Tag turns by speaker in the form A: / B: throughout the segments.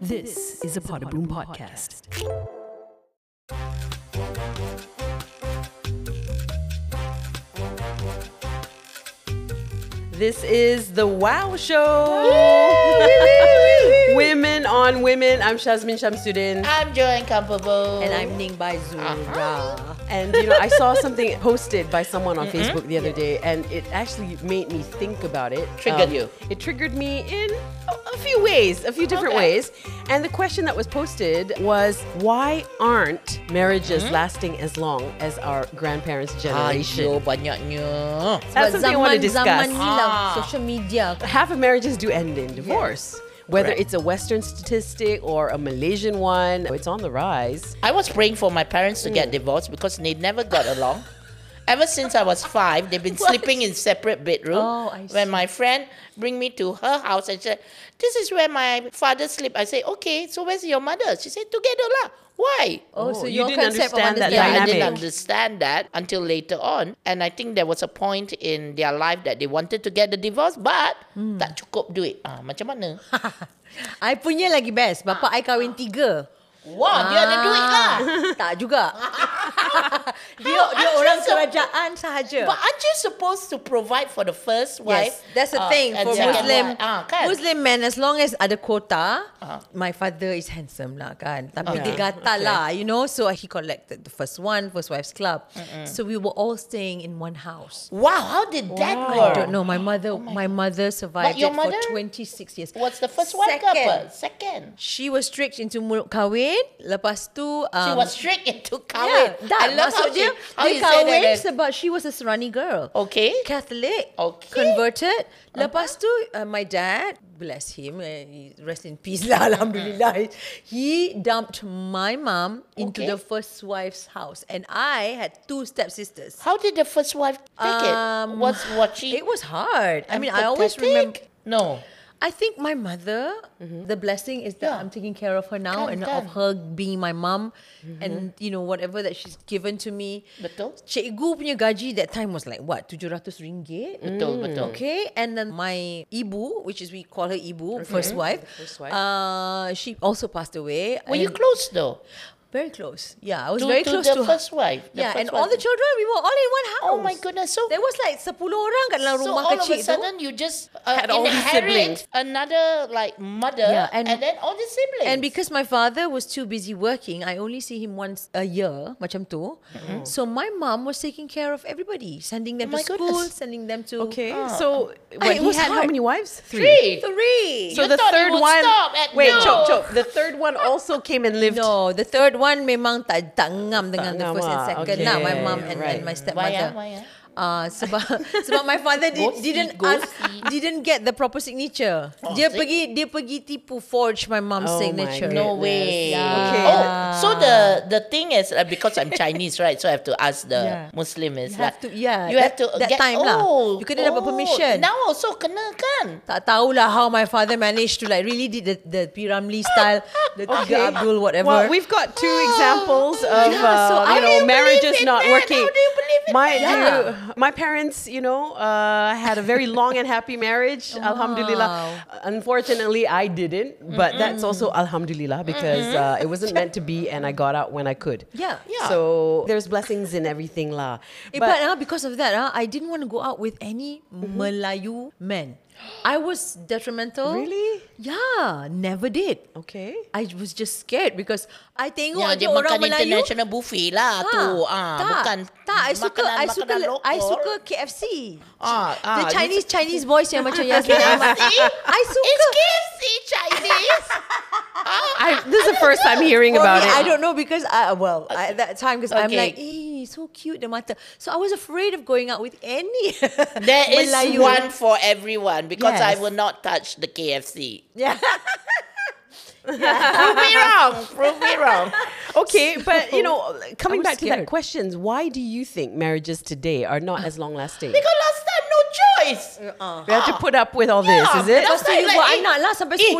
A: This is a Potterboom podcast. This is the Wow Show. women on Women. I'm Shazmin Shamsudin.
B: I'm Joanne Campbell.
C: And I'm Ningbai Zura.
A: And you know, I saw something posted by someone on Facebook the other day, and it actually made me think about it. Um,
B: Triggered you.
A: It triggered me in a, a few ways, a few different
B: Okay.
A: ways. And the question that was posted was, why aren't marriages lasting as long as our grandparents'
B: Ayo,
A: generation?
B: banyaknya.
A: That's something I want to discuss.
C: Zaman ni lah
B: Ah.
C: social media.
A: half of marriages do end in divorce. Whether
B: Correct.
A: it's a Western statistic or a Malaysian one, it's on the rise.
B: I was praying for my parents to
C: Mm.
B: get divorced because they never got along. Ever since I was five, they've been sleeping in separate bedroom.
C: Oh, I
B: When my friend bring me to her house and she said, this is where my father sleep. I say, okay, so where's your mother? She said, together lah. Why?
A: Oh,
C: Oh, so
A: you
C: your
A: didn't
C: concept of
A: understand that
B: Yeah, I didn't
A: dynamic.
C: understanding.
B: understand that until later on. And I think there was a point in their life that they wanted to get the divorce, but
C: Hmm.
B: tak cukup duit. Ah, macam mana?
C: I punya lagi best. Bapa I kahwin tiga.
B: Wah, dia ada duit
C: Ah.
B: lah.
C: tak juga. dia dia
B: How?
C: orang
B: Asal-
C: kerajaan sahaja.
B: But aren't you supposed to provide for the first wife?
C: Yes, that's the
B: Ah,
C: thing
B: and
C: for
B: second
C: Muslim.
B: wife? Ah, kan?
C: Muslim men as long as ada quota,
B: Ah.
C: my father is handsome lah kan. Tapi
A: Ah. Okay.
C: dia gatal lah, you know. So he collected the first one, first wife's club. So we were all staying in one house.
B: Wow, how did that
C: I
B: work?
C: don't know. My mother, my mother survived
B: Oh But your
C: it
B: mother
C: for 26 years.
B: What's the first wife ke
C: Second.
B: apa? Second.
C: She was strict into mu- kahwin. Lepas tu um,
B: She was straight into kahwin.
C: yeah, dah,
B: I love
C: maksud
B: how she,
C: dia,
B: how
C: dia
B: you say
C: kahwin
B: that. eh?
C: sebab she was a Serani girl.
B: Okay.
C: Catholic.
B: Okay. Uh-huh.
C: Converted. Lepas tu uh, my dad, bless him, uh, he- rest in peace lah alhamdulillah. He dumped my mom into
B: Uh-huh. Okay.
C: the first wife's house and I had two stepsisters.
B: How did the first wife take it?
C: Um,
B: What's what she?
C: It was hard. I mean, I always remember
B: empathetic? No.
C: I think my mother, the blessing is
B: Mm-hmm.
C: that
B: Yeah.
C: I'm taking care of her now
B: Kan,
C: and
B: kan. Mm-hmm.
C: of her being my mom and you know whatever that she's given to me.
B: Betul.
C: Cikgu punya gaji that time was like what? 700 ringgit.
B: Betul, betul.
C: Okay, and then my ibu, which is we call her ibu, first wife.
A: first wife.
C: Uh, she also passed away.
B: Mm-hmm. Were you
C: and-
B: close though?
C: very close? Yeah, I
B: To-
C: was very
B: to
C: close
B: the
C: to
B: first wife, the
C: yeah,
B: first
C: and all
B: wife.
C: the children, we were all in one house.
B: Oh my goodness, so-
C: there was like 10 orang kat dalam
B: so
C: rumah
B: all of
C: kecil
B: a
C: tu.
B: sudden you just uh,
A: Had all these siblings.
B: inherit another like mother,
C: Yeah,
B: and,
C: and-
B: then all the siblings.
C: And because my father was too busy working, I only see him once a year, macam tu. So my mom was taking care of everybody, sending them
B: Oh my
C: to school,
B: goodness.
C: sending them to
A: Okay, so
C: it
A: what, he
C: Oh, was
A: had how
C: hard.
A: many wives? Three.
B: Three.
C: three.
A: So the
B: You thought
A: third
B: it would
A: one.
B: stop at
A: wait,
B: no.
A: chop chop. The third one also came and lived.
C: no, the third one memang tak tak ngam dengan the
A: ngam
C: first and
A: ah,
C: second
A: okay.
C: lah. My mom and,
A: Right.
C: and
B: Why
C: my
B: ah,
C: stepmother.
B: why ah?
C: Ah, sebab sebab my father did,
B: Go see,
C: didn't
B: go
C: ask,
B: see.
C: didn't get the proper signature.
B: Oh,
C: dia
B: see?
C: pergi dia pergi tipu forge my mom's
A: Oh my
C: signature.
B: No
A: Goodness.
B: way.
A: Yeah. Okay.
B: Oh, so the the thing is uh, because I'm Chinese, right? So I have to ask the
C: Yeah.
B: Muslim is
C: You
B: like,
C: have to- yeah,
B: you have
C: that-
B: to
C: that
B: get,
C: time lah.
B: oh,
C: You kena dapat
B: oh,
C: permission.
B: Now also kena kan?
C: Tak tahulah how my father managed to like really did the, the P. Ramlee style, the Tiga Abdul whatever.
A: Well, we've got two examples of
C: Yeah, so
A: uh,
C: how
A: you
C: do
A: know
C: you
A: marriages
B: believe in
A: not
B: that?
A: working.
B: How do you believe in
A: my
C: that?
A: do you- my parents, you know, uh, had a very long and happy marriage. Alhamdulillah. Unfortunately, I didn't, but that's also alhamdulillah because uh, it wasn't meant to be, and I got out when I could.
C: Yeah.
B: Yeah.
A: So there's blessings in everything, lah.
C: Eh, but, ah, because of that, ah, I didn't want to go out with any
A: Mm-hmm.
C: Melayu men. I was detrimental.
A: Really?
C: Yeah, never did.
A: okay.
C: I was just scared because I tengok
B: Ya,
C: aja
B: dia
C: orang
B: makan
C: Melayu.
B: international buffet lah
C: Ah,
B: tu. Ah,
C: tak,
B: bukan
C: tak, I suka, I suka,
B: makanan-makanan
C: I
B: lokal.
C: suka KFC.
B: Ah, ah,
C: the
B: you
C: Chinese Chinese boys yang macam Yasmin.
B: KFC?
C: I suka.
B: It's KFC Chinese.
A: I, this is the first time hearing
C: For
A: about
C: me,
A: it.
C: I don't know because I well I, at that time because I'm
B: Okay.
C: like, eh, so cute the mata. So I was afraid of going out with any.
B: There is
C: Melayu.
B: one for everyone because I
C: Yes.
B: will not touch the KFC.
C: Yeah.
B: Prove me wrong. Prove me wrong.
A: Okay, but you know, coming
C: was
A: back to that
C: scared.
A: questions, why do you think marriages today are not as long lasting?
B: Because last time no choice.
C: Uh-uh.
A: We have to put up with all
B: Yeah,
A: this, is it?
B: but
C: Lepas tu you
B: Like,
C: buat
B: eh,
C: anak lah sampai
B: Eh,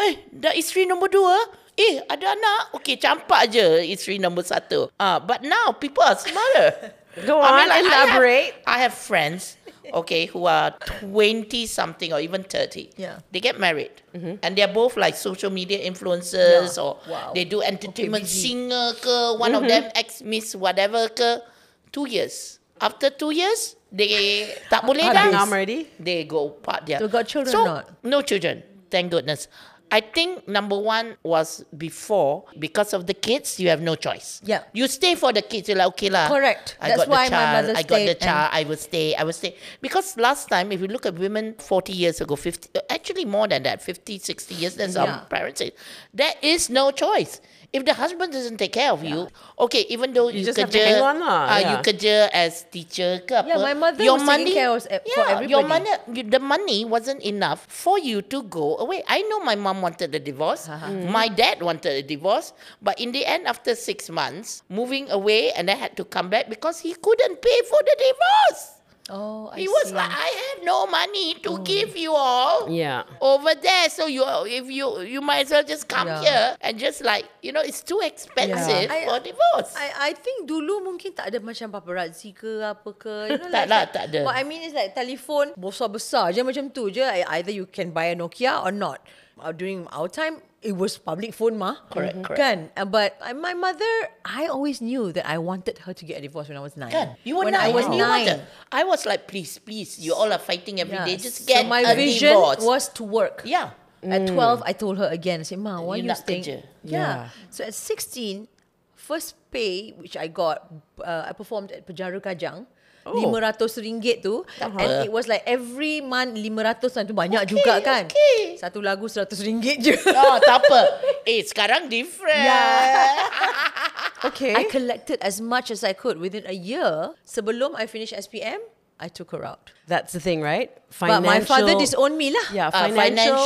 C: 10.
B: eh, dah isteri nombor dua. Eh, ada anak. Okay, campak je isteri nombor satu. Ah, but now people are smarter.
A: Go on, elaborate.
B: I have, I have friends okay, who are 20 something or even 30,
C: Yeah. Mm-hmm.
B: they get married. And they're both like social media influencers
C: Yeah.
B: or
C: Wow.
B: they do entertainment
C: busy. Mm-hmm.
B: singer, ke, one of them ex Miss whatever, ke, two years. After two years, they tak boleh
A: Habis.
B: dah.
A: Ngam already?
B: They go part their.
C: So got children
B: so,
C: or not?
B: No children, thank goodness. I think number one was before because of the kids, you have no choice.
C: Yeah.
B: you stay for the kids. You're like okay lah.
C: Correct.
B: I got
C: That's
B: the
C: why my
B: child,
C: mother
B: I got the
C: stayed and-
B: child. I will stay. I will stay because last time, if you look at women forty years ago, fifty uh, actually more than that, 50, 60 years. That's
C: Yeah.
B: our parents say. There is no choice. If the husband doesn't take care of you, okay, even though you,
A: just have to
B: kerja,
A: hang on lah,
B: ah, you
A: yeah.
B: kerja as teacher ke
C: Yeah,
B: apa,
C: my mother
B: your
C: was
B: money,
C: taking care of- for
B: yeah, Your
C: everybody.
B: money, you- the money wasn't enough for you to go away. I know my mom wanted a divorce.
C: Uh-huh.
B: Mm-hmm. My dad wanted a divorce. But in the end, after six months, moving away and I had to come back because he couldn't pay for the divorce.
C: Oh, I
B: he was
C: see. Mm.
B: like, I have no money to give you all
A: Yeah.
B: over there. So you, if you, you might as well just come
C: Yeah.
B: here and just like, you know, it's too expensive
C: I-
B: for divorce.
C: I I think dulu mungkin tak ada macam paparazzi ke apa ke. You know,
B: Tak
C: like,
B: lah, tak ada.
C: What I mean is like telephone besar-besar je macam tu je. Either you can buy a Nokia or not. Uh, During our time, it was public phone mah.
B: Correct, correct.
C: Kan? Uh, But uh, my mother, I always knew that I wanted her to get a divorce when I was nine.
B: Kan? You were
C: when
B: nine.
C: I was
B: you
C: nine.
B: wanted- I was like, please, please. You all are fighting every
C: Yeah.
B: day. Just get
C: so my
B: a
C: vision
B: divorce.
C: was to work.
B: yeah.
C: At 12, I told her again, I said, Ma, why are
B: You
C: you
B: Mm. nak
C: staying?
B: kerja.
A: Yeah.
C: Yeah. So at 16, first pay which I got, uh, I performed at Penjara Kajang.
A: Oh.
C: RM500 tu
B: Tak
C: And
B: apa.
C: it was like Every month RM500 lah tu Banyak juga kan
B: okay.
C: Satu lagu RM100 je
B: Oh, tak apa. Eh, sekarang different.
A: Okay.
C: I collected as much as I could Within a year Sebelum I finish SPM I took her out
A: That's the thing, right?
C: But
A: Financial.
C: my father disowned me lah
A: Yeah,
B: Uh,
A: financial,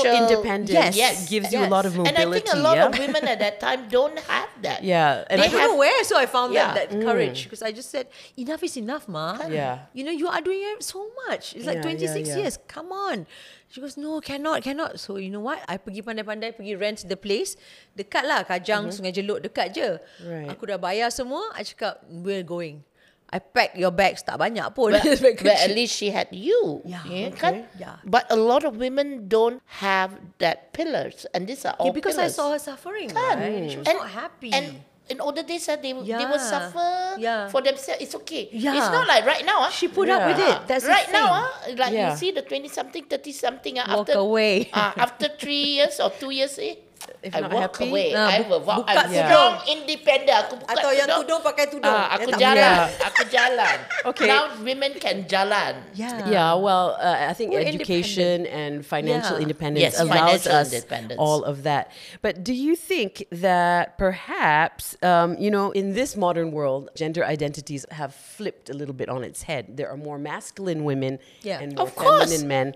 B: financial-
A: independence
C: Yes,
A: gives you a
C: yes.
A: lot of
B: And
A: mobility.
B: I think a lot
A: yeah?
B: of women at that time don't have that.
A: yeah, and
B: They
C: I don't know where, so I found
B: Yeah. Mm.
C: that, that courage because I just said, enough is enough, ma.
A: Yeah.
C: You know, you are doing it so much. It's like
A: Yeah, yeah,
C: 26
A: yeah.
C: years. Come on. She goes, no, cannot, cannot. So you know what? I pergi pandai-pandai, pergi rent the place. Dekat lah, Kajang, Sungai Jelok, dekat je.
A: Mm-hmm. Right.
C: Aku dah bayar semua. I cakap, we're going. I pack your bags, tak banyak pun.
B: But,
C: Bag
B: but at
C: kecil.
B: least she had you.
C: Yeah,
B: kan?
C: okay. Yeah.
B: But a lot of women don't have that pillars. And these are all
C: yeah, because I
B: pillars.
C: saw her suffering,
A: Kan?
C: right? She was not happy.
B: And in older days, ah, they, they will
C: Yeah.
B: suffer
C: Yeah.
B: for themselves. It's okay.
C: Yeah.
B: It's not like right now. ah.
C: she put
A: Yeah.
C: up with it.
B: Ah,
C: That's the
B: right now,
C: thing.
B: ah, like
A: Yeah.
B: you see the 20 something, 30 something, ah,
C: Walk
B: after,
C: away.
B: ah, after three years or two years, eh,
A: If
B: I
A: not
B: walk
A: happy,
B: away.
C: ah,
B: I
C: bu-
B: will walk.
C: buka
B: I'm
A: tudung.
B: strong, independent. Aku buka
C: Atau yang tudung pakai tudung.
B: Ah,
C: Yang
B: aku
C: tak
B: jalan.
A: pakai.
B: Aku jalan.
A: Okay.
B: Now women can jalan.
C: Yeah.
B: Ya,
A: Yeah, well, uh, I think
C: We're
A: education and financial
C: Yeah.
A: independence
B: Yes,
A: allows
B: financial
A: us
B: independence.
A: all of that. But do you think that perhaps, um, you know, in this modern world, gender identities have flipped a little bit on its head? There are more masculine women
C: Yeah. Mm.
A: and more
B: Of course.
A: feminine men,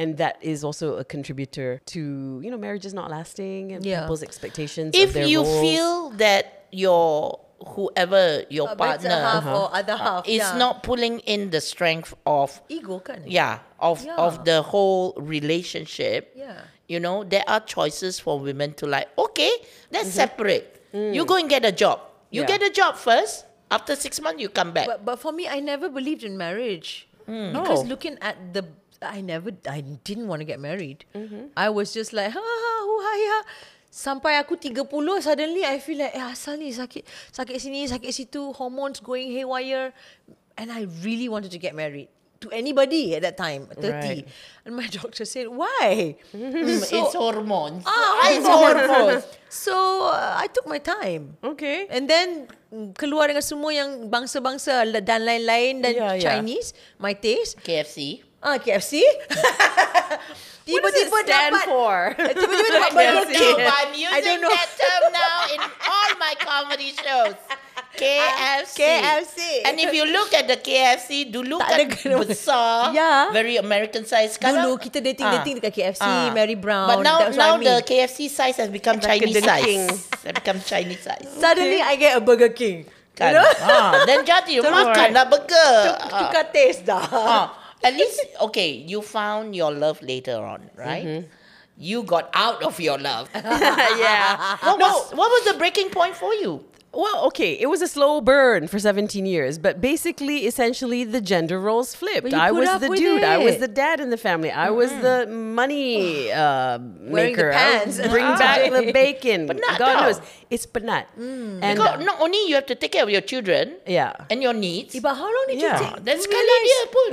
A: and that is also a contributor to you know marriages not lasting and
C: Yeah.
A: people's expectations. of
B: If
A: their
B: you
A: roles.
B: feel that your whoever your
C: Uh, better
B: partner
C: half or other half.
B: is
C: yeah.
B: not pulling in the strength of
C: ego kan?
B: yeah of
C: Yeah.
B: of the whole relationship
C: Yeah.
B: you know there are choices for women to like okay let's
C: Mm-hmm.
B: separate
C: Mm.
B: you go and get a job you
A: Yeah.
B: get a job first after six months you come back
C: But but for me, I never believed in marriage
A: Oh.
C: because looking at the, I never, I didn't want to get married. I was just like, ha ha, hu ha ya. Sampai aku 30 suddenly I feel like eh asal ni sakit sakit sini sakit situ hormones going haywire and I really wanted to get married to anybody at that time 30
A: Right.
C: and my doctor said why so,
B: Mm, it's hormones
C: ah it's hormones so uh, I took my time
A: okay,
C: And then mm, keluar dengan semua yang bangsa-bangsa la- dan
B: Ya,
C: lain-lain dan
A: Yeah, yeah.
C: Chinese, my taste.
B: kfc
C: Ah, KFC.
A: What does it stand for?
C: Eh, Tiba-tiba
B: I
C: dapat Burger
B: don't
C: King.
B: know, but I'm
C: I
B: using
C: don't know.
B: that term now in all my comedy shows. KFC.
C: KFC.
B: And if you look at the KFC, dulu
C: Tak ada
B: kan
C: kena-
B: besar,
C: Yeah.
B: very American size.
C: Dulu
B: Sekarang,
C: kita dating
B: ah,
C: dating dekat KFC,
B: ah.
C: Mary Brown.
B: But now,
C: that's what
B: now
C: I mean.
B: the KFC size has become
A: Like a
B: Chinese size.
A: dengking.
B: has become Chinese size.
C: suddenly I get a Burger King.
B: Kan?
C: You know?
B: Ah, then jadi you makan lah burger. Ah.
C: Tukar taste dah.
B: Ah, at least okay, you found your love later on, right?
C: Mm-hmm.
B: You got out of your love.
A: yeah.
B: what was what was the breaking point for you?
A: Well, okay, it was a slow burn for 17 years, but basically, essentially, the gender roles flipped.
C: you
A: I was
C: put up
A: the
C: with
A: dude. I was
C: it. Mm-hmm.
A: the dad in the family. I was the money uh,
C: Wearing
A: maker.
C: the
A: I
C: pants.
A: would Bring back the bacon. God
B: Penat tau.
A: knows, it's penat.
C: Mm.
A: And
B: Because not only you have to take care of your children
A: yeah,
B: and your needs,
C: Eh, But how long did
A: Yeah.
C: you take?
B: dan
C: to
B: sekali
C: realise
B: dia pun.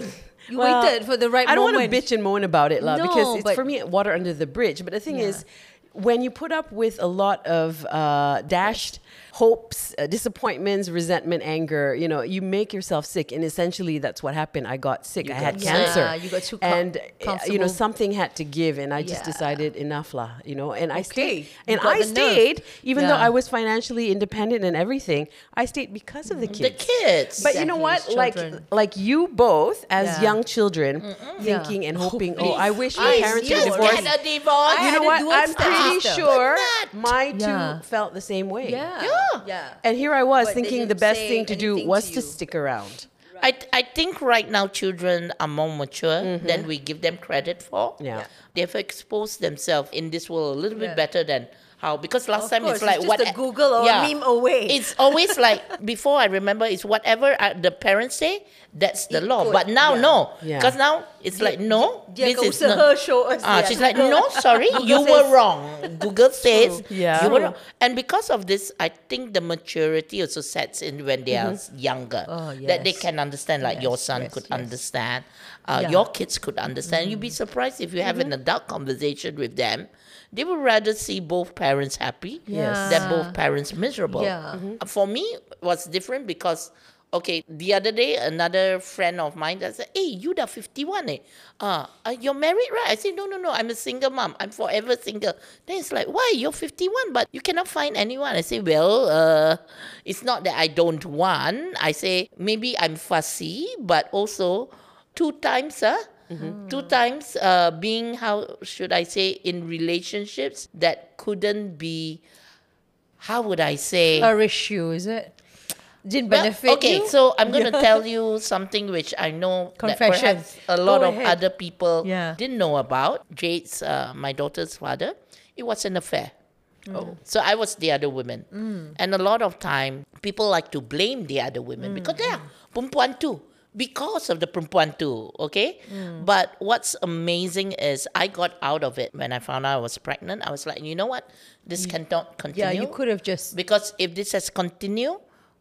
C: You
A: Well,
C: waited for the right
A: I don't
C: moment.
A: want to bitch and moan about it, lah,
C: No,
A: because it's
C: but-
A: for me water under the bridge. But the thing is, when you put up with a lot of uh, dashed hopes, uh, disappointments, resentment, anger, you know, you make yourself sick, and essentially that's what happened. I got sick. I had
C: got sick.
A: cancer.
C: Yeah, you got too com-
A: and uh, you know
C: comfortable.
A: something had to give, and I just
C: Yeah.
A: decided enough, lah. You know, and I
C: Okay,
A: stayed,
C: you
A: and
C: got
A: I
C: the nerve.
A: stayed, even though
C: Yeah.
A: I was financially independent and everything. I stayed because of the
C: Mm-hmm.
A: kids.
B: The kids.
A: But you know what?
C: Exactly,
A: Like
C: children.
A: like you both as
C: Yeah.
A: young children thinking and hoping, oh, I wish my
C: please,
A: parents were
C: yes,
B: just
A: divorced.
B: get a divorce.
C: I
A: you know
C: had a
A: what?
C: dual
A: I'm
C: step
A: pretty
C: sister.
A: sure
B: But not-
A: my
C: Yeah.
A: two felt the same way.
C: Yeah.
B: Yeah.
C: Yeah.
A: And here I was
C: But they
A: thinking the
C: didn't
A: best
C: say
A: thing to do
C: anything
A: was
C: to
A: to,
C: you.
A: stick around.
B: I, I think right now children are more mature
C: Mm-hmm.
B: than we give them credit for.
A: Yeah. Yeah.
B: They've exposed themselves in this world a little bit
C: Yeah.
B: better than how because last
C: Of
B: time it's
C: course,
B: like
C: it's just
B: what
C: a Google or a meme away.
B: It's always like before I remember it's whatever uh, the parents say that's the
C: It
B: law.
C: could-
B: but now
C: yeah.
B: no.
A: Yeah.
B: Because now it's like no.
C: Dia
B: this
C: kau
B: is
C: usaha
B: no.
C: show us.
B: Ah,
C: dia.
B: she's like, no, sorry, you
C: says-
B: were wrong. Google says
A: Yeah.
B: you were
A: True.
B: wrong. And because of this, I think the maturity also sets in when they are s- younger.
C: Oh,
B: That they
C: yes.
B: can understand, like your
C: Yes,
B: son
C: yes,
B: could
C: yes.
B: understand, uh,
C: Yeah. Mm-hmm.
B: your kids could understand. You'd be surprised if you have an adult conversation with them. They would rather see both parents happy
C: Yes.
B: than both parents miserable.
C: Yeah.
B: Uh, For me, it was different because, okay, the other day, another friend of mine that said, hey, you are 51, eh? Uh, uh, you're married, right? I said, no, no, no, I'm a single mom. I'm forever single. Then it's like, why? You're 51, but you cannot find anyone. I say, well, uh, it's not that I don't want. I say, maybe I'm fussy, but also two times, huh? Two times uh, being, how should I say, in relationships that couldn't be, how would I say?
C: Nourish you, is it? Didn't
B: Well,
C: benefit
B: okay,
C: you?
B: so I'm going to tell you something which I know that
C: Confession.
B: perhaps a lot
C: Go
B: of
C: ahead.
B: other people
C: Yeah.
B: didn't know about. Jade's, uh, my daughter's father, it was an affair.
C: Mm.
B: Oh. So I was the other woman. And a lot of time, people like to blame the other women because they are
C: Mm.
B: perempuan too. Because of the perempuan too, okay?
C: Mm.
B: But what's amazing is I got out of it when I found out I was pregnant. I was like, you know what? This cannot continue.
C: yeah, you could have just
B: Because if this has continued,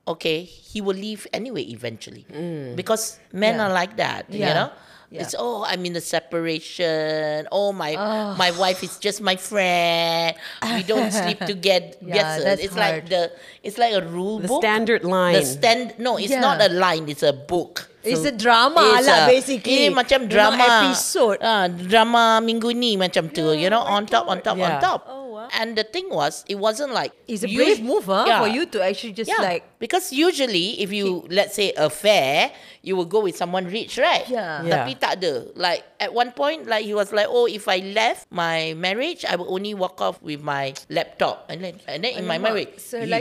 B: okay, he will leave anyway eventually. Because men
C: Mm. Yeah.
B: are like that, you
C: Yeah.
B: know. It's oh I'm in a separation. Oh my my wife is just my friend. We don't sleep together.
C: Yeah, that's
B: it's like the
C: hard.
B: it's like a rule
A: The
B: book.
A: standard
B: The
A: line.
B: stand no, it's
C: Yeah.
B: not a line, it's a book.
C: It's a drama
B: It's
C: lah,
B: a-
C: basically.
B: Ini macam
C: Memang
B: drama
C: episode.
B: Ah, drama minggu ni macam tu, you know, on top, on top, on
A: Yeah.
B: top.
C: Oh, wow.
B: And the thing was, it wasn't like
C: It's a
B: you-
C: brave move, huh?
B: Yeah.
C: For you to actually just
B: Yeah,
C: like
B: because usually if you let's say affair, you will go with someone rich, right?
C: Yeah.
A: Yeah.
B: Tapi tak ada. Like at one point, like he was like, oh, if I left my marriage, I will only walk off with my laptop, and then and then in my marriage,
C: Selai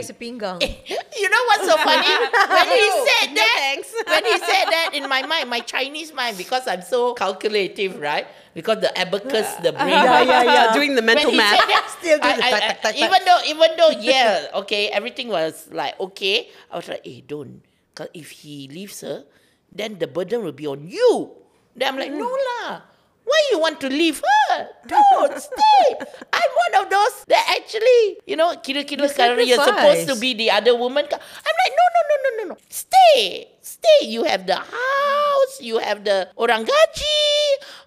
C: sepinggang.
B: eh, you know what's so funny? When he said
A: No,
B: that,
A: thanks.
B: when he said that in my mind, my Chinese mind, because I'm so calculative, right? Because the abacus, the brain.
A: Yeah, yeah, yeah. Doing the
B: When
A: mental
B: he
A: math.
B: said that,
A: Still do
B: I-
A: the tak,
B: I- I-
A: tak, tak, tak.
B: Even though, even though, yeah, okay, everything was like okay. I was like, hey, don't, because if he leaves her, then the burden will be on you. Then I'm like,
A: Mm.
B: no lah. Why you want to leave her? Don't stay. I'm one of those that actually, you know, kira-kira
C: You
B: sekarang you're supposed
C: sacrifice.
B: to be be the other woman. co- I'm like, no, no, no, no, no, no. Stay. Stay. You have the house. You have the orang gaji.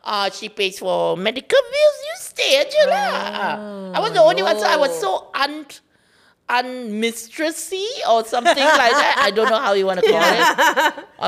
B: Uh, she pays for medical bills. You stay aja lah. Ah, I was
C: Oh,
B: the only one. So I was so un unmistressy or something like that. I don't know how you want to call it.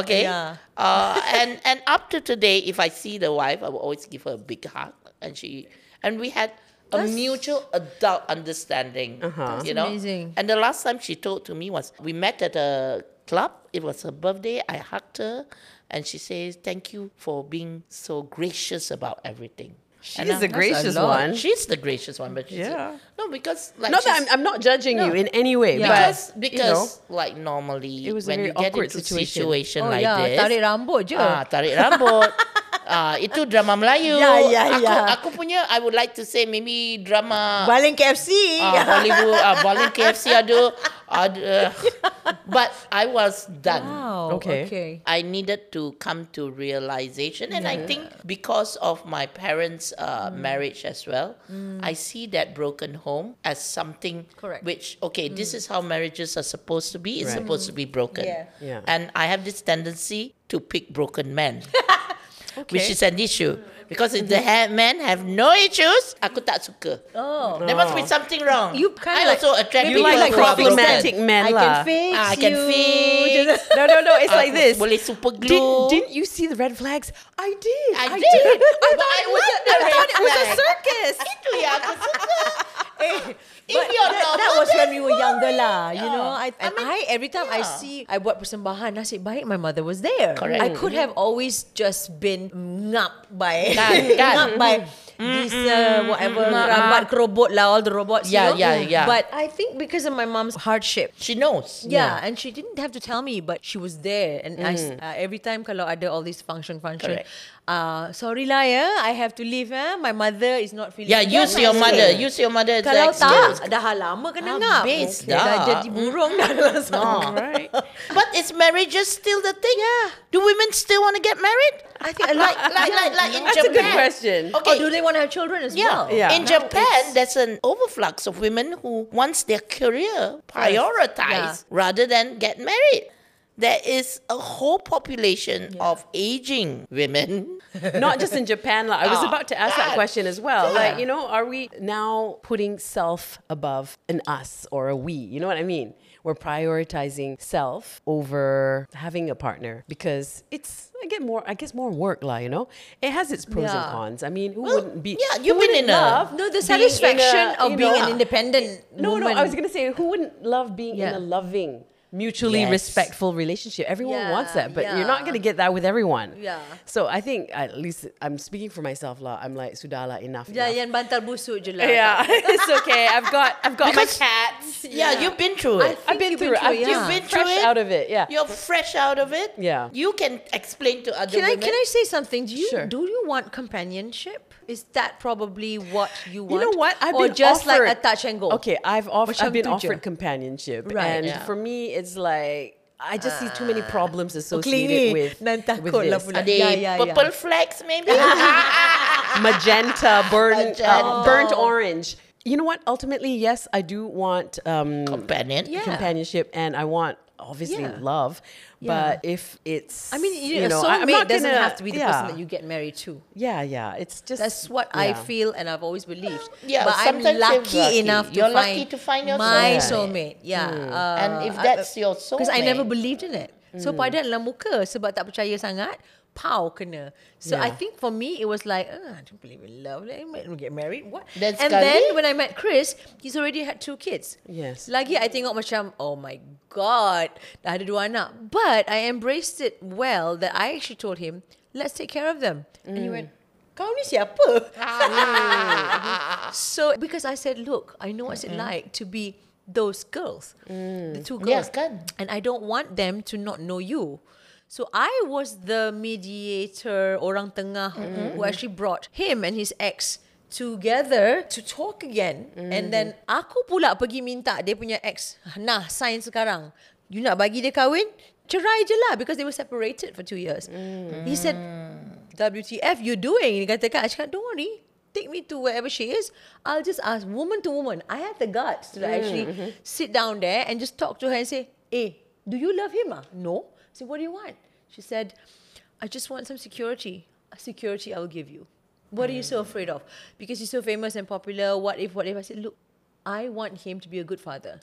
B: Okay.
C: Yeah.
B: Uh, and and up to today, if I see the wife, I will always give her a big hug. And she and we had a mutual adult understanding.
A: Uh-huh.
B: You know.
C: amazing.
B: And the last time she told to me was we met at a club. It was her birthday. I hugged her, and she says, "Thank you for being so gracious about everything." And
A: She's
B: I'm
A: the
B: like,
A: gracious
C: lot.
A: one.
B: She's the gracious one, but she's
A: Yeah.
B: no because like
A: Not that
B: she's-
A: I'm, I'm not judging you in any way,
C: Yeah.
B: because
A: but you know,
B: because like normally
A: It was a
B: when
A: very
B: you get
A: awkward
B: into
A: situation.
B: situation
C: Oh
B: like
C: yeah,
B: this,
C: tarik rambut je.
B: ah tarik rambut. Ah, itu drama Melayu.
C: Ya, ya,
B: aku,
C: ya.
B: aku punya I would like to say maybe drama
C: Baling KFC.
B: Ah, Hollywood, ah, Bali KFC ada, ada. But I was done.
C: Wow.
A: Okay.
C: okay.
B: I needed to come to realization, and I think because of my parents' uh,
A: Mm.
B: marriage as well, I see that broken home as something
C: Correct.
B: which okay, this is how marriages are supposed to be. It's
A: Mm. Right. Mm-hmm.
B: supposed to be broken,
C: Yeah.
A: Yeah.
B: and I have this tendency to pick broken men. Which
C: Okay.
B: is an issue
A: Mm.
B: because if the
A: Mm-hmm.
B: ha- men have no issues, aku tak suka.
C: Oh.
B: There must be something wrong.
C: You
B: I
C: kinda like-
B: also attract
C: maybe
A: You
B: people
A: like
B: who are broken.
A: problematic men
C: I
A: lah.
C: can fix
B: Ah, I can
C: you.
B: fix.
C: Just-
A: No, no, no. It's
B: Ah,
C: Uh,
A: like this.
B: Boleh super glue.
A: Did, didn't you see the red flags? I did. I
B: I did.
A: did.
B: But
A: I thought
B: I
A: it was.
B: wasn't
A: A,
B: the
A: I
B: red
A: thought it was a
B: flag.
A: circus.
B: Itu yang aku suka.
C: Eh,
B: If
C: but
B: you're
C: that,
B: normal,
C: that was when
B: that's
C: we were younger lah. You
B: Yeah.
C: know, I, and I, every time I
B: yeah.
C: see I buat persembahan nasib baik my mother was there.
B: Correct.
C: I could have always just been ngap by
B: Kan, kan.
C: ngap by this uh, whatever rambat kerobot lah all the robots.
B: Yeah,
C: you
B: yeah,
C: know?
B: yeah.
C: But I think because of my mom's hardship.
B: She knows.
C: Yeah, and she didn't have to tell me, but she was there. And I s uh, every time kalau ada all this function function,
B: Correct.
C: uh, sorry lah ya, I have to leave. Eh? My mother is not feeling.
B: Yeah,
C: well."
B: use
C: I
B: your
C: say,
B: mother. Use your mother as
C: kalau
B: an excuse.
C: tak, dah lama kena ngap.
B: Habis
C: dah.
B: dah.
C: jadi burung dah
B: Ah.
C: dalam sana.
B: But is marriage just still the thing?
C: Yeah.
B: Do women still want to get married?
C: I think a lot.
B: Like, like, like, like in
A: That's a
B: Japan.
A: good question.
C: Okay.
B: Okay.
C: Or do they want to have children as
B: yeah.
C: well?
A: Yeah.
B: In Japan, there's an overflux of women who wants their career prioritized
C: Yeah.
B: rather than get married. There is a whole population of aging women.
A: Not just in Japan. Like, I was
B: Ah,
A: about to ask that
B: God.
A: question as well.
B: Yeah.
A: Like, you know, are we now putting self above an us or a we? You know what I mean? We're prioritizing self over having a partner because it's I get more I guess more work lah, you know. It has its pros and
C: Yeah.
A: cons. I mean, who wouldn't be
B: yeah,
A: who
B: you've been
A: wouldn't
B: in a-
A: love
C: No,
A: being in
C: the
A: a,
C: satisfaction of
A: you
C: being
A: know,
C: an independent
A: No, no,
C: woman.
A: I was gonna say who wouldn't love being in a
C: Yeah.
A: loving, mutually
B: Yes.
A: respectful relationship? Everyone
C: Yeah,
A: wants that, but you're not
C: yeah.
A: gonna get that with everyone.
C: Yeah.
A: So I think at least I'm speaking for myself lah. I'm like sudahlah enough.
C: Yeah,
A: enough.
C: yang bantal busuk je lah.
A: yeah. it's okay. I've got I've got
B: Because-
A: my cats.
B: Yeah, you've been through it.
A: I've been
C: you've
A: through it. I've
C: it,
A: just
C: yeah.
A: been fresh
B: it.
A: out of it. Yeah.
B: You're fresh out of it.
A: Yeah.
B: You can explain to other
C: Can I
B: women.
C: can I say something? Do you
A: Sure.
C: do you want companionship? Is that probably what you
A: You
C: want?
A: know what? I've
C: or
A: been
C: just
A: offered,
C: like a touch and go.
A: Okay, I've offered.
C: Macam
A: I've been
C: tu je.
A: offered companionship,
C: Right.
A: and
B: Yeah.
A: for me, it's like I just see too many problems associated
C: clingy.
A: with,
C: Dan
A: with
C: takut lah
A: this.
C: pula.
B: Are they
C: Yeah, yeah, yeah.
B: purple flags maybe? Ah,
A: magenta, burnt,
B: Magenta.
A: uh, burnt orange. You know what? Ultimately, yes, I do want um,
B: Companion.
C: Yeah.
A: companionship, and I want obviously
C: Yeah.
A: love. But if it's,
C: I mean, you,
A: you know,
C: know,
A: I-
C: soulmate
A: I'm not
C: doesn't
A: gonna-
C: have to be the
A: yeah,
C: person that you get married to.
A: Yeah, yeah, it's just
C: That's what I
A: yeah.
C: feel and I've always believed.
B: Yeah,
C: but I'm
B: sometimes
C: lucky,
B: you're lucky.
C: enough to
B: You're
C: find
B: lucky to find your
C: my
B: soulmate.
C: soulmate. Yeah. Uh,
B: And if that's your
C: Because I
B: soulmate.
C: never
B: Hmm.
C: believed in it. So padan dalam muka sebab tak percaya sangat, pow kena. So
A: Yeah.
C: I think for me it was like, "Ah, I don't believe in love. Let me get married. What?
B: Dan
C: and
B: sekali-
C: then when I met Chris, he's already had two kids.
A: Yes.
C: Lagi I tengok macam Oh my god Dah ada dua anak But I embraced it well That I actually told him Let's take care of them And
B: Hmm.
C: he went Kau ni siapa? so because I said Look I know what's it like To be those girls The two
B: Yeah,
C: girls
B: kan?
C: And I don't want them to not know you So I was the mediator Orang tengah Who actually brought him and his ex Together to talk again And then Aku pula pergi minta Dia punya ex Nah sign sekarang You nak bagi dia kahwin Cerai je lah Because they were separated for two years He said WTF you doing Dia katakan I cakap don't worry Take me to wherever she is I'll just ask woman to woman I had the guts to like, actually sit down there And just talk to her and say Eh do you love him ah? No I said what do you want She said I just want some security Security I will give you What are you so afraid of Because he's so famous and popular What if what if I said look I want him to be a good father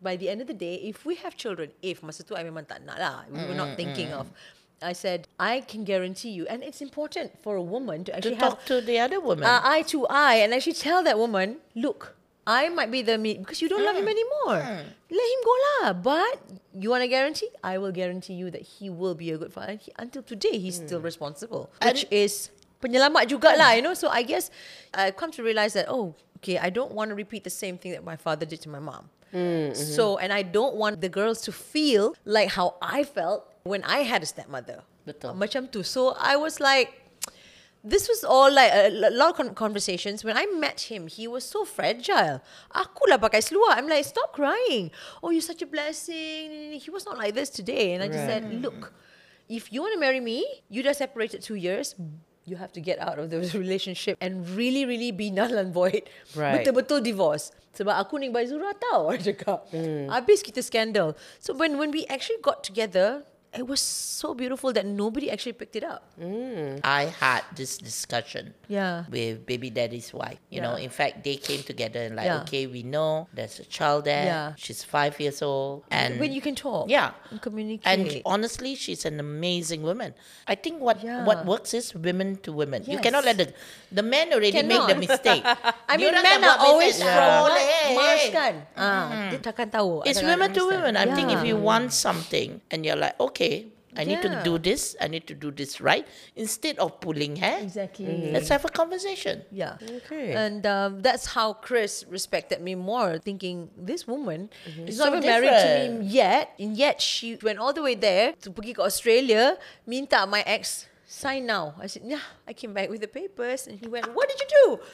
C: by the end of the day, if we have children, if masa tu I memang tak nak lah, we were not thinking of. I said, I can guarantee you, and it's important for a woman to
B: To
C: actually have
B: talk to the other woman.
C: uh, eye to eye and actually tell that woman, look, I might be the me because you don't love him
B: Mm.
C: anymore. Let him go lah. But you want a guarantee? I will guarantee you that he will be a good father. And he- until today, he's
B: Mm.
C: still responsible, which is penyelamat juga lah. You know, so I guess I've come to realize that oh, okay, I don't want to repeat the same thing that my father did to my mom.
B: Mm, mm-hmm.
C: So, and I don't want the girls to feel like how I felt when I had a stepmother.
B: Betul.
C: Macam tu. So I was like, This was all like a l- lot of con- conversations. When I met him, he was so fragile. Aku lah pakai seluar. I'm like, stop crying. Oh, you're such a blessing. He was not like this today. And I just
A: Right.
C: said, look, if you want to marry me, you just separated two years. You have to get out of this relationship and really, really be null and void.
A: Right.
C: Betul-betul divorce. Sebab aku ni by Zura tau, I cakap.
A: Hmm.
C: Habis kita scandal. So when when we actually got together, it was so beautiful that nobody actually picked it up.
A: Hmm.
B: I had this discussion
C: Yeah.
B: with baby daddy's wife. You know,
C: Ah. Yeah.
B: in fact, they came together and like,
C: Yeah.
B: okay, we know there's a child there.
C: Yeah.
B: She's five years old, and
C: when you can talk.
B: yeah.
C: And communicate.
B: And honestly, she's an amazing woman. I think what
C: Yeah.
B: what works is women to women. You
C: Yes.
B: cannot let the the men already make the
C: Cannot.
B: mistake.
C: I mean,
B: Diorang
C: men
B: dah
C: are
B: buat
C: always
B: mistake.
C: from
B: Boleh,
C: what?
B: eh.
C: Mars kan? Ah, dia takkan tahu.
B: It's
C: Takkan
B: women to
C: understand.
B: women. I think if
C: Yeah.
B: you want something and you're like, okay, I need to
C: Yeah.
B: do this, I need to do this right, instead of pulling hair,
C: Exactly.
B: let's have a conversation.
C: Yeah.
A: Okay.
C: And um, that's how Chris respected me more, thinking this woman
A: Mm-hmm.
C: is
B: So
C: not even married to me yet, and yet she went all the way there to pergi ke Australia, minta my ex sign now. I said, yeah, I came back with the papers, and he went, what did you do?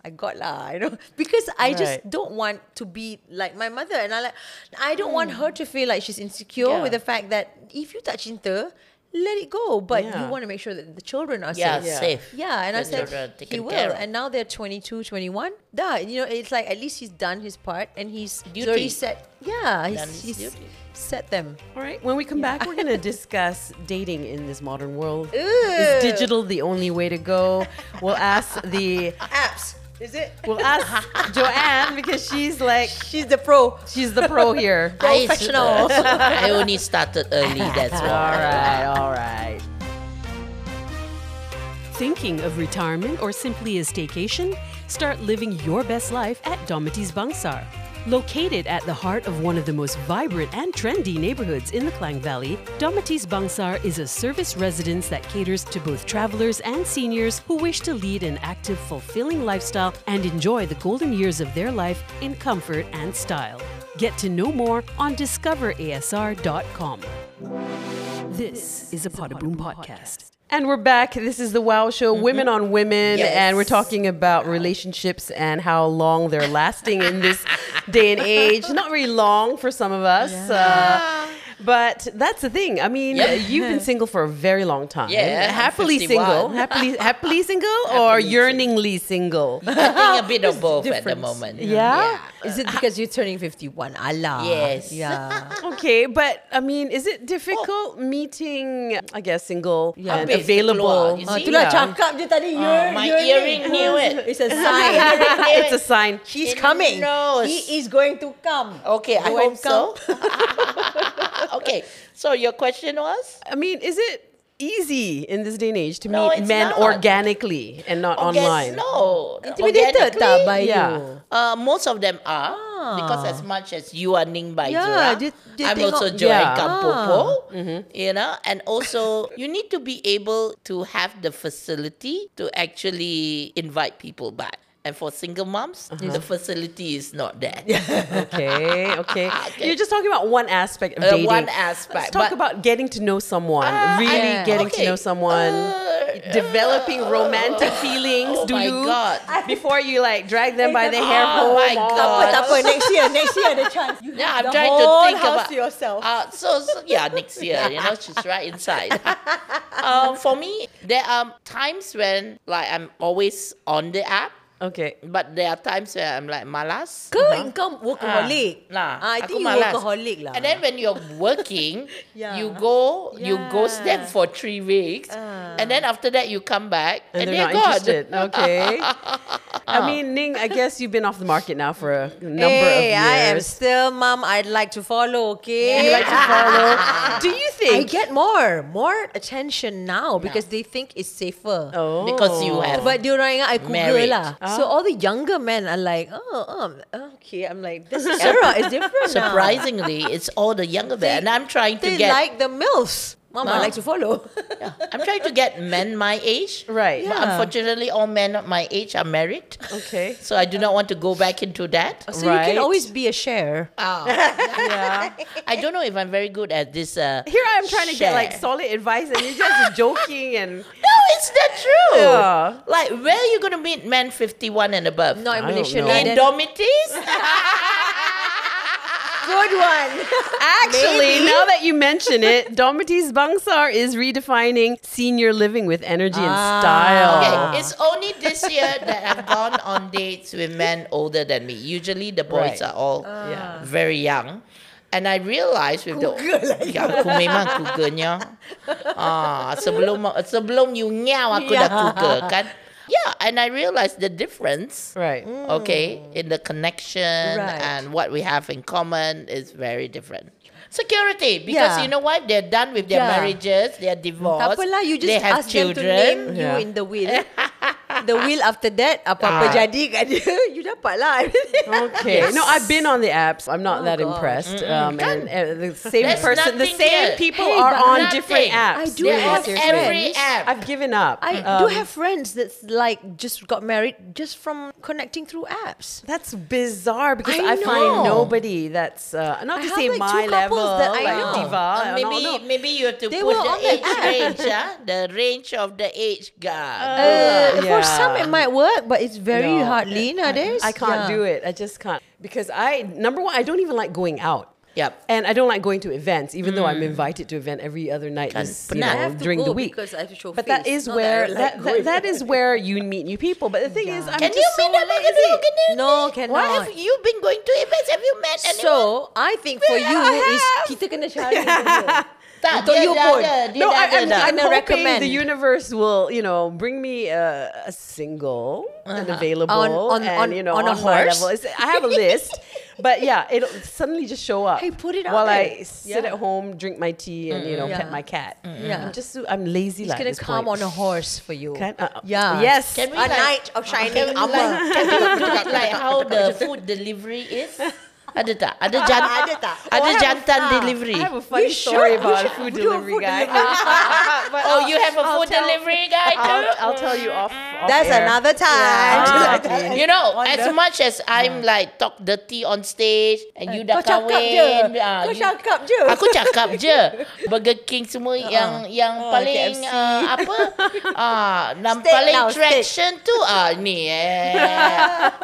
C: I got lah, you know, because I just
A: Right.
C: don't want to be like my mother, and I like, I don't
A: Mm.
C: want her to feel like she's insecure
B: Yeah.
C: with the fact that if you touch into, let it go, but you
A: Yeah.
C: want to make sure that the children are
B: Yeah, safe.
C: safe. Yeah, and
B: The
C: I said
B: children
C: he
B: taken
C: will.
B: care of.
C: And now they're 22, 21. Duh, you know, it's like at least he's done his part and he's
B: Duty.
C: already set. Yeah,
B: Done his
C: he's, he's
B: duty.
C: set them.
A: All right. When we come back, we're going to discuss dating in this modern world.
C: Ew.
A: Is digital the only way to go? We'll ask the
C: Apps, is it?
A: we'll ask Joanne because she's like
C: She's the pro.
A: she's the pro here.
B: I s-
C: Professional.
B: I only started early, that's
A: All
B: why.
A: right. All right. Thinking of retirement or simply a staycation? Start living your best life at Domitis Bangsar. Located at the heart of one of the most vibrant and trendy neighborhoods in the Klang Valley, Domitis Bangsar is a service residence that caters to both travelers and seniors who wish to lead an active, fulfilling lifestyle and enjoy the golden years of their life in comfort and style. Get to know more on discoverasr.com. This is a Potter Boom podcast. Mm-hmm. And we're back. This is the Wow Show, Women on Women,
B: Yes.
A: and we're talking about relationships and how long they're lasting in this day and age. Not very long for some of us, uh, but that's the thing. I mean,
B: Yep.
A: you've been single for a very long time.
B: Yeah, I'm
A: happily
B: 51.
A: single, happily, happily single, or yearningly single.
B: I think a bit of both at the
C: difference.
B: moment.
A: Yeah?
C: Is it because you're turning 51? Allah.
B: Uh, Yes.
C: Yeah.
A: Okay, but I mean, is it difficult meeting? I guess single and
B: Habis dia
A: available. Uh,
B: keluar, you
C: Ah,
B: see?
C: itulah
A: Yeah.
C: cakap je tadi. year-
B: Oh, my
C: yearning.
B: earring knew it.
C: It's a sign.
A: it's a sign.
C: He's
B: It
C: coming.
B: knows.
C: He is going to come.
B: Okay, I
C: Go
B: hope
C: and
B: so. okay, so your question was?
A: I mean, is it easy in this day and age to
B: No,
A: meet
B: it's
A: men
B: not.
A: organically and not
B: Oh,
A: online?
B: Guess no.
C: Intimidated tak
B: Organically,
C: by
A: Yeah.
C: you?
B: Uh, most of them are because
C: Ah.
B: as much as you are Ning by
C: Yeah,
B: Zura,
C: dia- dia
B: I'm
C: tengok-
B: also Joy
A: Yeah.
B: Kampopo.
C: Mm-hmm.
B: You know, and also you need to be able to have the facility to actually invite people back. And for single moms,
C: Uh-huh.
B: the facility is not there.
A: Okay, okay. You're just talking about one aspect of
B: Uh,
A: dating.
B: one
A: Let's
B: aspect,
A: talk
B: but- Uh,
A: about getting to know someone. really
C: yeah.
A: getting
B: Okay,
A: to know someone.
B: uh,
A: developing romantic feelings.
B: oh
A: do
B: my
A: you?
B: God.
A: Before you like drag them by the hair.
B: Oh my
A: home or-
C: Tak apa,
B: God.
C: tak apa. Next year, next year ada chance. You
B: Yeah,
C: have
B: I'm
C: the
B: trying
C: whole
B: to think
C: house
B: about
C: to yourself.
B: Uh, so, so yeah, next year, you know, she's right inside. um, for me, there are times when like I'm always on the app,
A: Okay.
B: but there are times where I'm like malas.
C: Kau kau workaholic.
B: Lah,
C: Ah, I
B: aku
C: think you
B: malas.
C: workaholic lah.
B: And then when you're working,
C: Yeah.
B: you go, you ghost them
C: Yeah. Ah.
B: for three weeks, and then after that you come back
A: And, they're
B: and,
A: not
B: gone.
A: interested. Okay. I mean, Ning, I guess you've been off the market now for a number of years.
C: hey, I am still mom. I'd like to follow, okay?
A: like to follow. Do you
C: I
A: think?
C: get more, more attention now because they think it's safer.
A: oh.
B: Because you have
C: But diorang ingat I Google
B: Married.
C: lah. So all the younger men are like, oh, um, okay. I'm like, this era is different now.
B: surprisingly, it's all the younger men, and I'm trying to
C: They
B: get
C: like the MILFs. Mama
B: Ma.
C: likes to follow.
B: Yeah. I'm trying to get men my age.
A: Right.
B: But
C: Yeah.
B: unfortunately, all men of my age are married.
A: Okay.
B: So I do not want to go back into that.
C: so you
A: Right.
C: can always be a share.
A: Yeah.
B: I don't know if I'm very good at this. Uh,
A: Here I am trying to get like
B: share.
A: solid advice, and you're just joking and
B: No, it's not true.
A: Yeah.
B: Like, where are you going to meet men 51 and above?
A: I
C: Not in
A: don't
C: Malaysia.
A: know.
C: lah,
B: In
C: then-
B: dormitories?
C: Good one.
A: Actually, now that you mention it, Domitis Bangsar is redefining senior living with energy and
C: Ah.
A: style.
B: Okay, it's only this year that I've gone on dates with men older than me. Usually the
A: Right.
B: boys are all
A: Yeah.
B: very young. And I realized with the ya, aku memang kuganya. Ah, sebelum sebelum you nyaw aku dah
C: Yeah.
B: kuga kan. Yeah, and I realized the difference.
A: Right.
B: Okay, in the connection
C: Hmm. Right.
B: and what we have in common is very different. Security, because
C: Yeah.
B: you know what? They're done with their
C: Yeah.
B: marriages, they're divorced.
C: Tak apalah, you just
B: they have
C: ask
B: children.
C: them to name
A: Yeah.
C: you in the will. the will after that, apa-apa
B: Ah.
C: jadi kat dia, you dapat lah.
A: Okay. No, I've been on the apps. I'm not
C: Oh,
A: that
C: God.
A: impressed. Um, and, and the same
B: There's
A: person, the
B: nothing
A: same
B: here.
A: people
C: Hey,
A: are
C: but
A: on
B: nothing.
A: different apps.
C: I do
A: Yeah,
C: have
A: seriously.
B: every app.
A: I've given up.
C: I
A: Um,
C: do have friends that's like just got married just from connecting through apps.
A: That's bizarre because I,
C: I
A: find
B: know.
A: nobody that's uh, not
C: I
A: to
C: have,
A: say
C: like, two
A: my level,
C: couples that I
A: like
C: know.
A: diva.
B: Uh,
A: and all,
B: maybe
A: no.
B: maybe you have to
C: They
B: put
C: were
B: the
C: on the
B: age
C: app.
B: range, ah, the range of the age gap.
C: Uh,
A: Yeah.
C: For some, it might work, but it's very
A: No,
C: hard nowadays.
A: I can't
C: Yeah.
A: do it. I just can't because I number one, I don't even like going out.
B: Yep.
A: And I don't like going to events, even though
C: Mm.
A: I'm invited to event every other night
B: Kan,
A: this, you
B: penat.
A: know,
B: I
C: have to
A: during the
C: go
A: week.
C: because I have to show
A: but that is
C: face, not
A: where
C: that I like
A: that, that,
C: going.
A: that is where you meet new people. But the thing is, I'm
B: Can
A: just
B: you
A: so
B: meet up
A: lazy.
B: again? Can
C: No,
B: Why
C: cannot.
B: have you been going to events? Have you met anyone?
C: So, I think for you is kita kena cari dulu.
B: tak,
C: untuk
B: dia
C: you
B: dah
C: pun.
B: ada, dia
A: No,
B: dah
A: I,
B: ada
A: I'm,
B: dah.
A: I'm hoping
C: Gonna recommend.
A: the universe will, you know, bring me a, a single and available
C: On- on-
A: and
C: on-
A: you know
C: on a
A: my
C: horse?
A: level. It's- I have a list, but yeah, it'll suddenly just show up.
C: Hey, put it out
A: while I
C: there.
A: sit
C: Yeah.
A: at home, drink my tea, and you know, pet
C: Yeah.
A: my cat.
C: Yeah.
A: I'm just I'm lazy.
C: It's
A: like
C: gonna come on a horse for you.
A: Can, uh,
C: Yeah.
A: Yes.
B: Can we
C: A
B: like-
C: knight of
B: Can
C: shining
B: we
C: armor.
B: like, can we do it like how the food delivery is? Ada tak? Ada jantan?
C: Ada tak?
B: Ada
C: Oh, I have a-
B: jantan
C: ah,
A: I
B: delivery?
A: have a funny
C: We should-
A: story
C: we
A: about a
C: should
A: food
C: do a
A: delivery
C: food
A: guy. But
B: Oh,
A: I'll-
B: you have a
A: I'll
B: food
A: tell-
B: delivery guy
A: I'll,
B: too? Ah,
A: I'll tell you off. off
C: That's
A: air.
C: another
A: Yeah.
C: time.
A: Exactly.
B: You know, as much as I'm like talk dirty on stage and you dah
C: Kau cakap je.
B: kahwin, ah,
C: Kau
B: you-
C: cakap je.
B: Aku cakap je. Burger King semua
C: Ah.
B: yang yang paling
C: KFC.
B: uh, apa ah yang
C: Steak
B: paling
C: now, steak.
B: traction tu ah ni eh.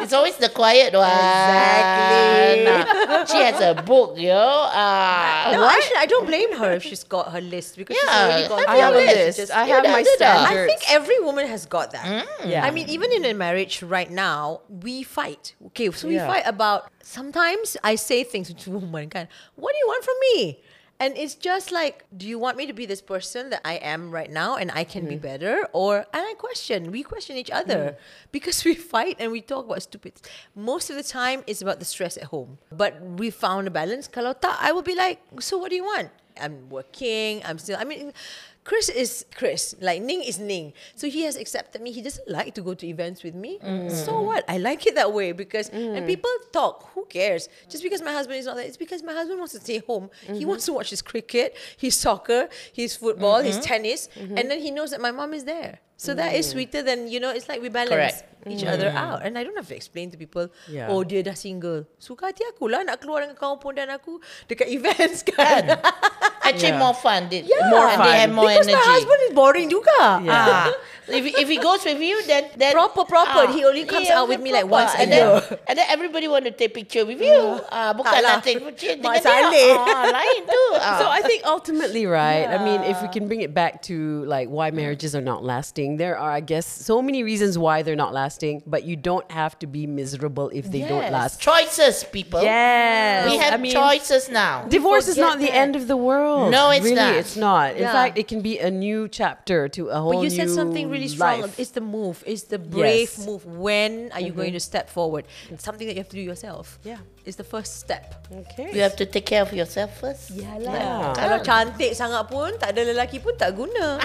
B: It's always the quiet one.
C: Exactly.
B: Ah, she has a book, yo. Ah.
C: No, actually, I don't blame her if she's got her list because she's
B: Yeah,
C: already gone
A: I
B: have
C: through
B: your
A: have a
C: it.
B: list.
A: list.
C: Just-
A: I
B: You
A: have
B: dah
A: my
B: ada dah.
A: standards.
C: I think every woman has got that.
A: Yeah.
C: I mean, even in a marriage right now, we fight. Okay, so we
A: Yeah.
C: fight about sometimes I say things to woman kind. What do you want from me? And it's just like, do you want me to be this person that I am right now and I can be
A: Mm.
C: better? Or and I question, we question each other because we fight and we talk about stupid. Most of the time it's about the stress at home. But we found a balance. Kalau tak, I will be like, so what do you want? I'm working, I'm still I mean Chris is Chris. Like Ning is Ning. So he has accepted me. He doesn't like to go to events with me. So what? I like it that way because and people talk. Who cares? Just because my husband is not there, it's because my husband wants to stay home. He wants to watch his cricket, his soccer, his football, his tennis, and then he knows that my mom is there. So that is sweeter than you know. It's like we balance
B: Correct.
C: each other out, and I don't have to explain to people.
A: Yeah.
C: Oh, dia dah single. Suka hati aku lah nak keluar dengan kau pun dan aku dekat events kan.
B: Actually
A: Yeah.
B: more fun. Did,
C: Yeah.
A: More
B: and They
A: fun.
B: have more
C: because
B: energy.
C: my husband is boring juga.
A: Yeah.
B: Ah, if, if he goes with you, then, then ah.
C: Proper, proper. He only comes
B: Yeah,
C: out with me like
B: proper.
C: once a
B: and then,
C: year.
B: And then everybody want to take picture with you. Ah, bukan
C: Tak lah.
B: nak take picture dengan dia.
C: Mak Saleh.
B: Ah, lain tu. Ah.
A: So I think ultimately, right? I mean, if we can bring it back to like why marriages are not lasting, there are, I guess, so many reasons why they're not lasting. But you don't have to be miserable if they don't last.
B: Choices, people.
A: Yes,
B: We have
A: I mean,
B: choices now.
A: Divorce is not
C: forget
A: the
C: that.
A: end of the world.
B: No, it's
A: really,
B: not.
A: It's not. In
C: Yeah.
A: fact, it can be a new chapter to a whole
C: But you said
A: new
C: something really strong.
A: life.
C: It's the move. It's the brave
A: Yes. Mm-hmm. Mm.
C: move. When are you going to step forward? It's something that you have to do yourself.
A: Yeah.
C: It's the first step.
A: Okay.
B: You have to take care of yourself first.
A: Yeah. lah.
C: Kalau cantik sangat pun, tak ada lelaki pun tak guna.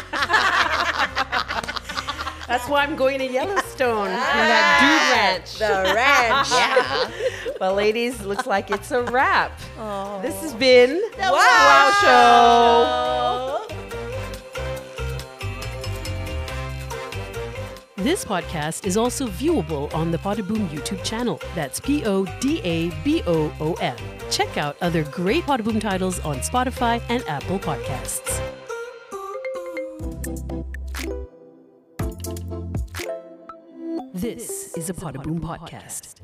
A: That's why I'm going to Yellowstone. and that dude ranch.
C: The ranch.
B: Yeah.
A: Well, ladies, looks like it's a wrap. This has been the
B: Wow
A: Show.
B: Show.
A: This podcast is also viewable on the Podaboom YouTube channel. That's P O D A B O O M. Check out other great Podaboom titles on Spotify and Apple Podcasts. This is a Podaboom podcast.